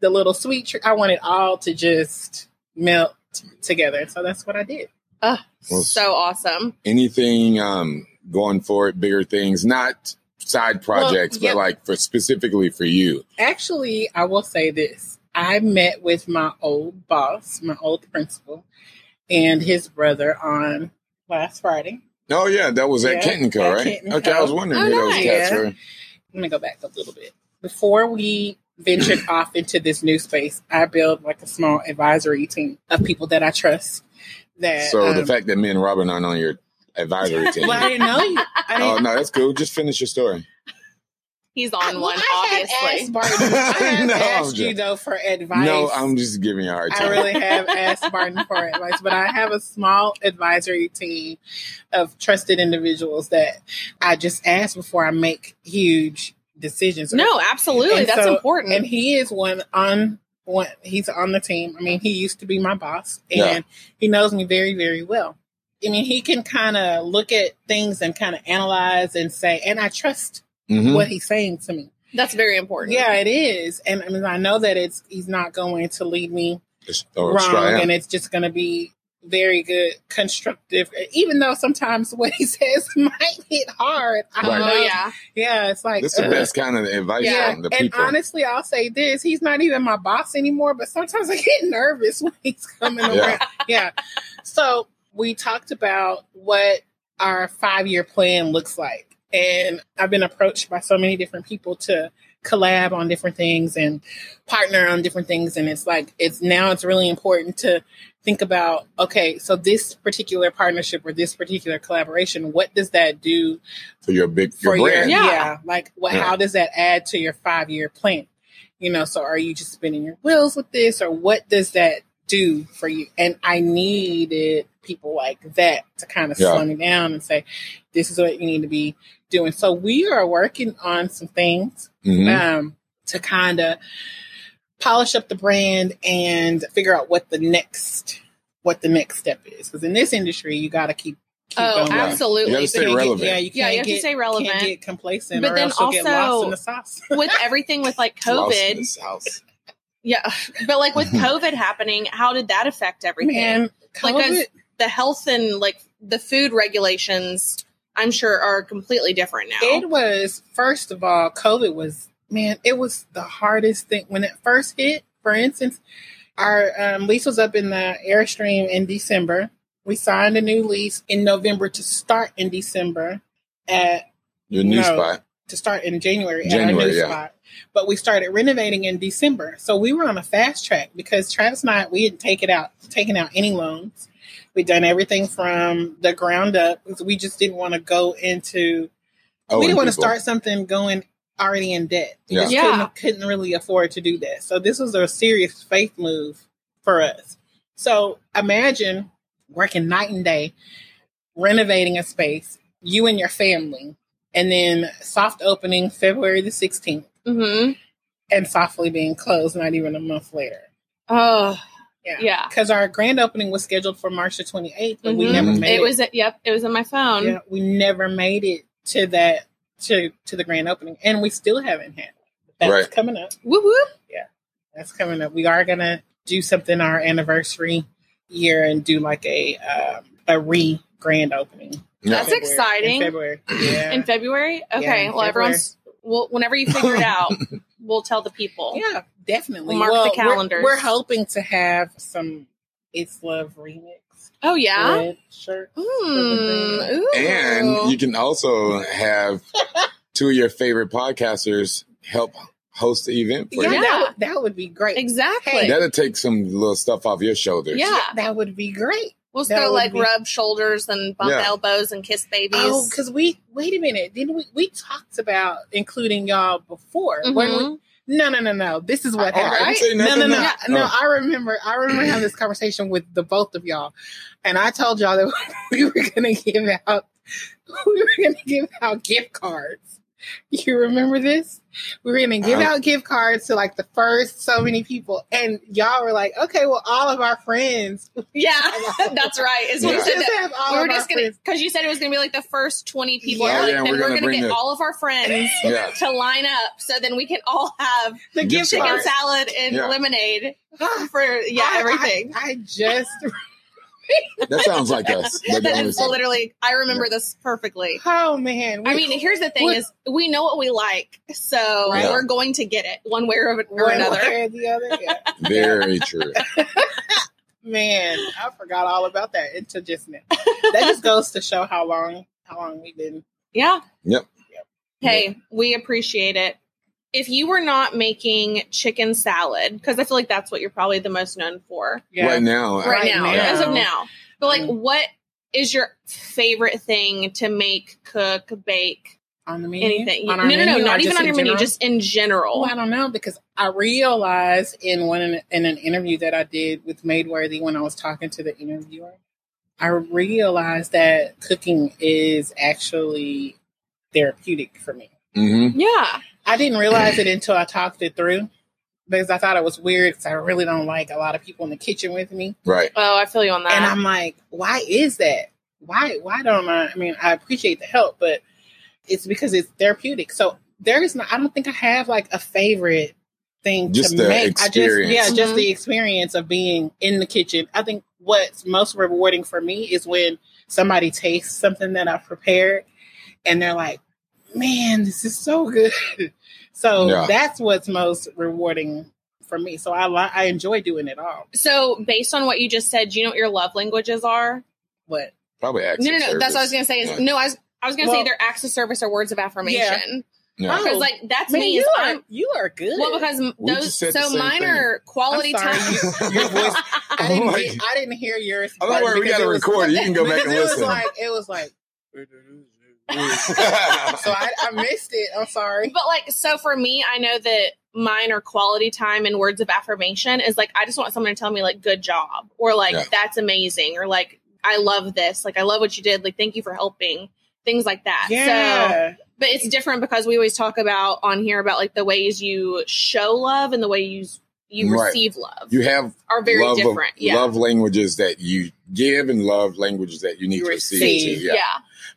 the little sweet treat. I want it all to just melt together. So that's what I did.
Well,
so awesome.
Anything um going forward, bigger things, not side projects,
yeah.
but like for specifically for you.
Actually, I will say this. I met with my old boss, my old principal, and his brother on last Friday.
Oh yeah, that was at
Yeah,
Kenton Co,
at
right?
Kenton
okay,
Co.
I was wondering
Oh,
who those
nice.
cats
Yeah.
were.
I'm gonna go back a little bit. Before we ventured off into this new space, I built like a small advisory team of people that I trust. That
So the
um,
fact that me and Robin aren't on your advisory team.
well, I didn't know you. I
oh
didn't,
no, that's cool. Just finish your story.
He's on
I-
one,
I had
obviously.
asked Barton. I have
No, I'm
asked you
joking.
though for advice.
No, I'm just giving you a hard
I
time.
really have asked Barton for advice, but I have a small advisory team of trusted individuals that I just ask before I make huge decisions. or
No, absolutely.
And
That's
so-
important.
and he is one on one he's on the team i mean he used to be my boss and
Yeah.
he knows me very very well i mean he can kind of look at things and kind of analyze and say and i trust
Mhm.
what he's saying to me
That's very important.
yeah it is and i mean i know that it's he's not going to lead me
Just- or
wrong
try it.
and it's just going to be very good constructive even though sometimes what he says might hit hard I
Right.
know.
Oh yeah.
yeah it's like
That's the
ugh.
best kind of advice
Yeah,
from the
and
people.
honestly, I'll say this: he's not even my boss anymore. But sometimes I get nervous when he's coming
Yeah.
around. Yeah. So we talked about what our five-year plan looks like, and I've been approached by so many different people to collab on different things and partner on different things. And it's like it's now it's really important to think about okay, so this particular partnership or this particular collaboration, what does that do
for your big your
for your
brand.
yeah.
Yeah.
like what
Yeah.
how does that add to your five year plan you know so are you just spinning your wheels with this or what does that do for you and i needed people like that to kind of
Yeah.
slow me down and say this is what you need to be doing so we are working on some things
Mhm.
um, to kind of polish up the brand and figure out what the next what the next step is because in this industry you got to keep, keep
Oh,
going
You
absolutely.
gotta stay
But
can't get-
relevant.
yeah, you can't
Yeah, you have to
get,
stay relevant.
Can't get complacent,
But
or
then
else you'll get
also-
lost in the sauce.
with everything with like
Lost in
COVID,
this house.
yeah, but like with COVID happening, how did that affect everything?
Man,
Like,
COVID,
those- The health and like the food regulations, I'm sure, are completely different now.
it was first of all, COVID was man, it was the hardest thing when it first hit. For instance, our um, lease was up in the airstream in December. We signed a new lease in November to start in December at
Your new
No.
spot.
to start in January, at our
January,
new
yeah.
spot. But we started renovating in December. So we were on a fast track because Travis and I we didn't take it out taken out any loans. We'd done everything from the ground up. We just didn't want to go into
Oh,
we didn't
and
want to
people.
start something going already in debt. We
Yeah.
just
Yeah.
Couldn't, couldn't really afford to do that. So this was a serious faith move for us. So imagine working night and day, renovating a space, you and your family, and then soft opening February the 16th
hmm
and softly being closed not even a month later.
Oh,
Yeah.
yeah.
Because our grand opening was scheduled for March the 28th, but we
Mhm.
Mm-hmm.
never made
It was, yep, it was in my phone.
Yeah, we never made it to that to to the grand opening, and we still haven't had. It. That's
Right.
coming up.
Woo woo.
That's coming up. We are gonna do something our anniversary year and do like a um, a re grand opening.
Yeah.
That's
February-
exciting.
In February. Yeah.
In February? Okay.
in
well,
February.
everyone's, well, whenever you figure it out, we'll tell the people.
Yeah, definitely.
We'll mark the
we're-
calendars.
We're, hoping to have some It's Love remix
Oh yeah.
red shirt.
Mm, ooh.
And you can also have two of your favorite podcasters help host the event for
Yeah,
you.
That, would, that would be great.
exactly.
Hey,
That'll take some little stuff off your shoulders.
Yeah.
That would be great.
we'll
that
go
would
like
be-
rub shoulders and bump
Yeah.
elbows and kiss babies.
Oh, because we wait a minute. Didn't we? We talked about including y'all before. weren't we?
Mhm.
No, no, no, no. This is what
Oh, I
happened.
didn't say
no, no,
nothing.
no,
No.
no.
Oh.
I remember. I remember having this conversation with the both of y'all, and I told y'all that we were going to give out. We were going to give out gift cards. You remember this? We were going to give
Uh-huh.
out gift cards to like the first so many people, and y'all were like, "Okay, well, all of our friends."
Yeah, that's right. Is what
Yeah.
you
We
said
just
that.
have all
We were
of our
just gonna
friends.
because you said it was gonna be like the first twenty people.
Yeah.
Like,
Yeah,
then
we're
we're
gonna
gonna,
bring
get
it.
all of our friends
Yeah.
to line up so then we can all have
The
Gift
gift
cards.
chicken
cards.
salad and
Yeah.
lemonade for yeah
I- I-
everything.
I just
That sounds like us. That
that
definitely
is
sounds-
literally. I remember this perfectly.
Oh man!
I mean, here's the thing:
What-
is we know what we like, so
Right.
we're going to get it one way or, or
one
another.
way or the other. Yeah.
very true.
man, I forgot all about that until just now. That just goes to show how long how long we've been.
Yeah.
Yep.
Hey, we appreciate it. If you were not making chicken salad, because I feel like that's what you're probably the most known for
Yeah.
Right now,
right,
I-
Right
now,
now.
as of now. But like,
Mm.
what is your favorite thing to make, cook, bake,
On the menu.
anything?
On
no,
our
no, no,
menu, or
not even
just
on
in
your
general?
menu, just in general.
Oh, I don't know because I realized in one in an interview that I did with Maidworthy when I was talking to the interviewer, I realized that cooking is actually therapeutic for me.
Mhm.
Yeah,
I didn't realize it until I talked it through because I thought it was weird because I really don't like a lot of people in the kitchen with me.
right.
oh, I feel you on that.
And I'm like, why is that? Why why don't I I mean I appreciate the help, but it's because it's therapeutic. So there is not I don't think I have like a favorite thing
Just
to
the
make.
experience.
I just yeah, just
Mhm.
the experience of being in the kitchen. I think what's most rewarding for me is when somebody tastes something that I've prepared and they're like, Man, this is so good. so
Yeah.
that's what's most rewarding for me. So I li- I enjoy doing it all.
so, based on what you just said, do you know what your love languages are?
But
Probably
No,
access.
no, no. That's what I was gonna say. Is
Yeah.
no, I was I was gonna say
Well-
either acts of service or words of affirmation.
Yeah.
Because
Oh,
like that's
Man,
me. Is
you are
I'm,
you are good.
well, because m-
We
those
just said the
so
same
mine
thing.
are quality
I'm sorry,
time.
your voice-
I didn't,
Oh my
hear,
God.
I didn't hear yours.
Oh, don't worry, we
because
got it
was-
recorded. You can go back
because
and
it
listen.
Was like, it was like, so I, I missed it. I'm sorry.
But like so for me, I know that mine are quality time and words of affirmation is like I just want someone to tell me like good job or like
Yeah.
that's amazing or like I love this, like I love what you did, like thank you for helping. Things like that. So
Yeah,
but it's different because we always talk about on here about like the ways you show love and the way you you
Right.
receive love.
you have
are very
love, of-
different. yeah.
love languages that you give and love languages that you need
You
to receive.
receive.
too.
yeah.
Yeah.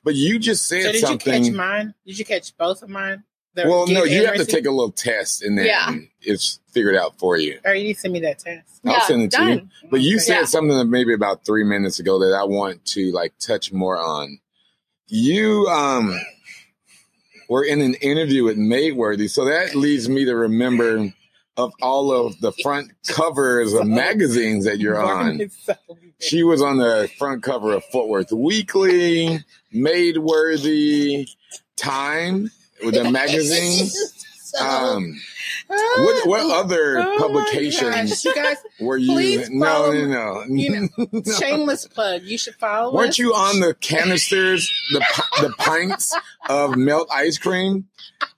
But you just said
so did
something.
you catch mine? Did you catch both of mine? The
well, no,
give
you
and
have to
receive?
take a little test and then
Yeah.
it's figured out for you.
Or you need to send me that test.
I'll
Yeah,
send it to you.
done.
But you
Okay.
said
Yeah.
something maybe about three minutes ago that I want to like touch more on. You um were in an interview with Mayworthy, so that leads me to remember of all of the front covers of magazines that you're
Mine
on.
is so good.
She was on the front cover of Fort Worth Weekly, Madeworthy, Time with the magazine.
So-
Um, what what other
Oh my
publications
gosh. You guys,
were you?
Please
No,
follow
no, no,
you know,
No.
shameless plug. You should follow.
Weren't
us.
you on the canisters, the pi- the pints of melt ice cream?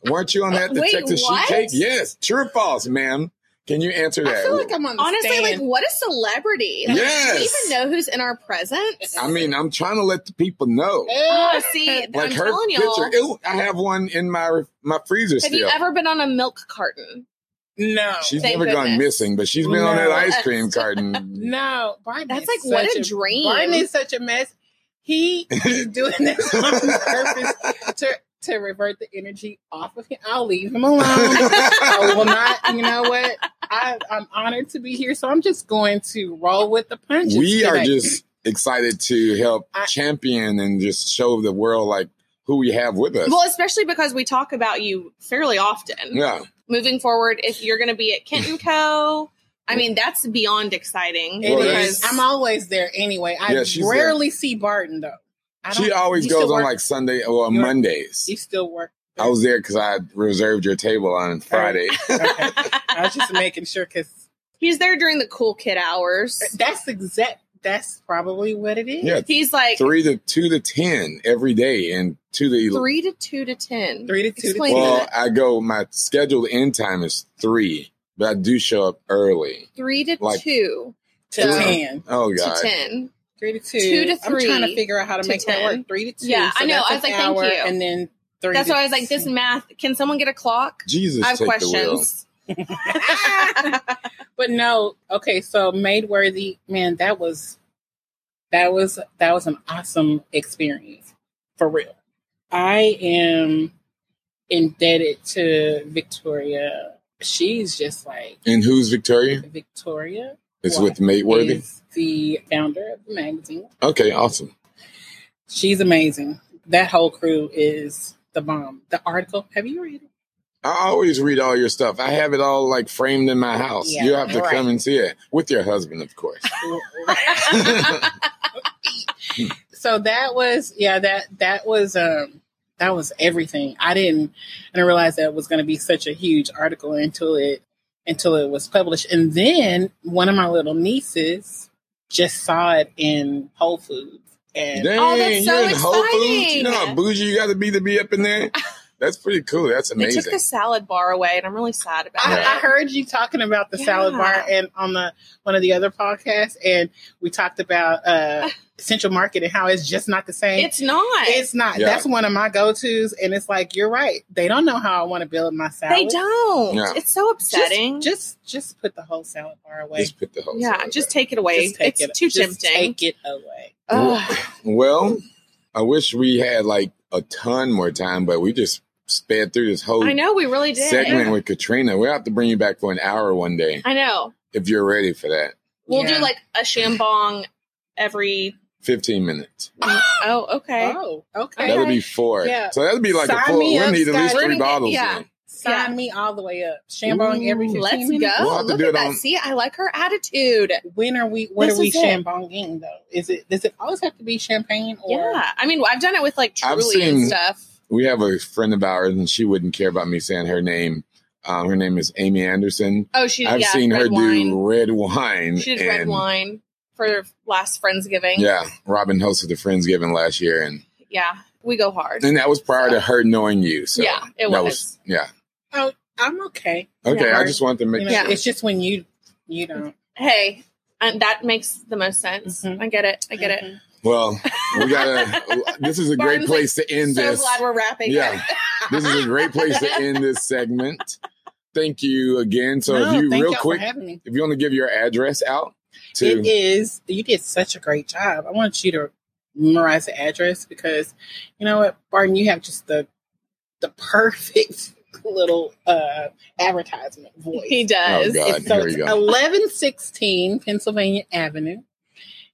Weren't you on that the
Wait,
Texas
what?
sheet cake? Yes, true or false, ma'am? Can you answer
I
that?
feel like I'm on the
Honestly,
stand.
like what a celebrity. Like, Do
yes.
we even know who's in our presence?
I mean, I'm trying to let the people know.
Oh, see,
Like
I'm
her
telling
picture.
y'all.
Ew, I have one in my my freezer
have
still.
you ever been on a milk carton?
no,
she's
Thank
never gone
goodness.
missing, but she's been on that
No.
ice cream carton.
No, Brian.
That's
is
like what
such
a dream.
Brian is such a mess. He is doing this on purpose to to revert the energy off of him. I'll leave him alone. I will not. You know what? I, I'm honored to be here, so I'm just going to roll with the punches.
we are
today.
just excited to help
I-
champion and just show the world like who we have with us.
Well, especially because we talk about you fairly often.
yeah.
moving forward, if you're going to be at Kenton Co., I mean, that's beyond exciting.
It
Well,
is.
that's-
I'm always there anyway. I
Yeah, she's
rarely see Barton though. I
She
don't-
always
you still
goes on
work-
like Sunday or
You're-
Mondays.
You still work.
I was there because I reserved your table on Friday.
Okay. I was just making sure because
He's there during the cool kid hours.
that's exact. That's probably what it is.
yeah,
He's like three,
three to two to ten every day, and two to ele-
to two to ten.
Three to two. to
Explain
ten.
Well,
that.
I go. My scheduled end time is three, but I do show up early.
Three to
Like-
two
to
Yeah.
ten.
Oh
to
God,
ten.
Three to two.
Two to
I'm trying to
three
figure out how to,
to
make that
10.
work. Three to two.
Yeah, I know. I was
that's an
like, thank
hour,
you.
And then three.
That's
to
why I was like, this math. Can someone get a clock?
Jesus,
I have
take the wheel.
questions.
but no, okay. So made worthy, man. That was that was that was an awesome experience for real. I am indebted to Victoria. She's just like
And who's Victoria?
Victoria.
It's
Why?
with Mateworthy.
Is the founder of the magazine.
Okay, awesome.
She's amazing. That whole crew is the bomb. The article, have you read it?
I always read all your stuff. I have it all like framed in my house.
Yeah,
you have to
right.
come and see it with your husband, of course.
so that was yeah that that was um that was everything. I didn't I didn't realize that was going to be such a huge article until it until it was published. And then one of my little nieces just saw it in Whole Foods and
Dang,
Oh, that's so
you're in Whole Foods. You
exciting.
know how bougie you got to be to be up in there. That's pretty cool. That's
They took
amazing.
the salad bar away, and I'm really sad about
I,
it.
I heard you talking about the salad
Yeah.
bar and on the one of the other podcasts, and we talked about uh, Central Market and how it's just not the same.
It's not.
It's not.
Yeah.
That's one of my go tos, and it's like you're right. They don't know how I want to build my salad.
they don't.
Yeah.
It's so
Just,
upsetting.
just just put the whole salad bar away.
Just put the whole.
yeah,
Oh, salad
just
back.
take it away.
Just take
it's
it.
too
just
tempting.
Take it away.
Ugh.
Well, I wish we had like a ton more time, but we just sped through this whole
I know we really did.
segment with Katrina. We'll have to bring you back for an hour one day
I know.
if you're ready for that.
We'll
Yeah.
do like a shambong every.
15 minutes.
Oh, okay.
Oh, okay.
That'll be four.
Yeah.
So that'll be like
Sign
a full.
me
We'll
up,
need at least
Scott.
three bottles
Yeah.
then.
Sign
Yeah.
me all the way up. Shambong every
Ooh,
15
Let's go.
minutes.
We'll have to
Look
do
at
it
that.
on-
See, I like her attitude.
When are we? What
This
are we
is it.
shambonging though? Is it? Does it always have to be champagne? Or
Yeah. I mean, I've done it with like
I've
truly
seen-
and stuff.
we have a friend of ours, and she wouldn't care about me saying her name. Um, her name is Amy Anderson.
Oh, she.
I've
yeah,
seen
red
her
wine.
do red wine.
She did red
and-
wine for last Friendsgiving.
Yeah, Robin hosted the Friendsgiving last year, and
Yeah. We go hard.
and that was prior to her knowing you. So
yeah, it
that
was.
yeah.
I'm okay.
Okay,
Yeah.
I just wanted to
You
make
know,
Yeah.
sure.
It's just when you you don't.
Hey, and that makes the most sense.
Mhm.
I get it. I get it.
Well, we gotta. this is a great
Barnes,
place to end
so
this.
glad we're wrapping.
Yeah, this is a great place to end this segment. Thank you again. So
No,
if you
thank
real
y'all for
quick,
having me.
if you want to give your address out to
It is. You did such a great job. I want you to memorize the address because you know what, Barton, you have just the the perfect little uh advertisement voice.
He does.
Oh, God.
It's- so
here we
it's
go.
eleven sixteen Pennsylvania Avenue.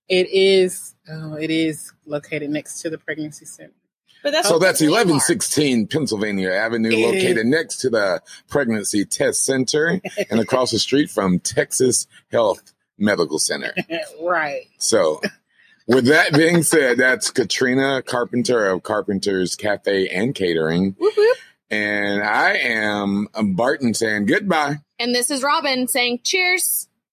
It is. Oh, it is located next to the pregnancy center.
But that's
So
what
that's
the landmark-
1116 Pennsylvania Avenue,
It
located
is.
next to the Pregnancy Test Center and across the street from Texas Health Medical Center.
right.
So, with that being said, that's Katrina Carpenter of Carpenter's Cafe and Catering.
Whoop, whoop.
And I am Barton saying goodbye.
And this is Robin saying cheers.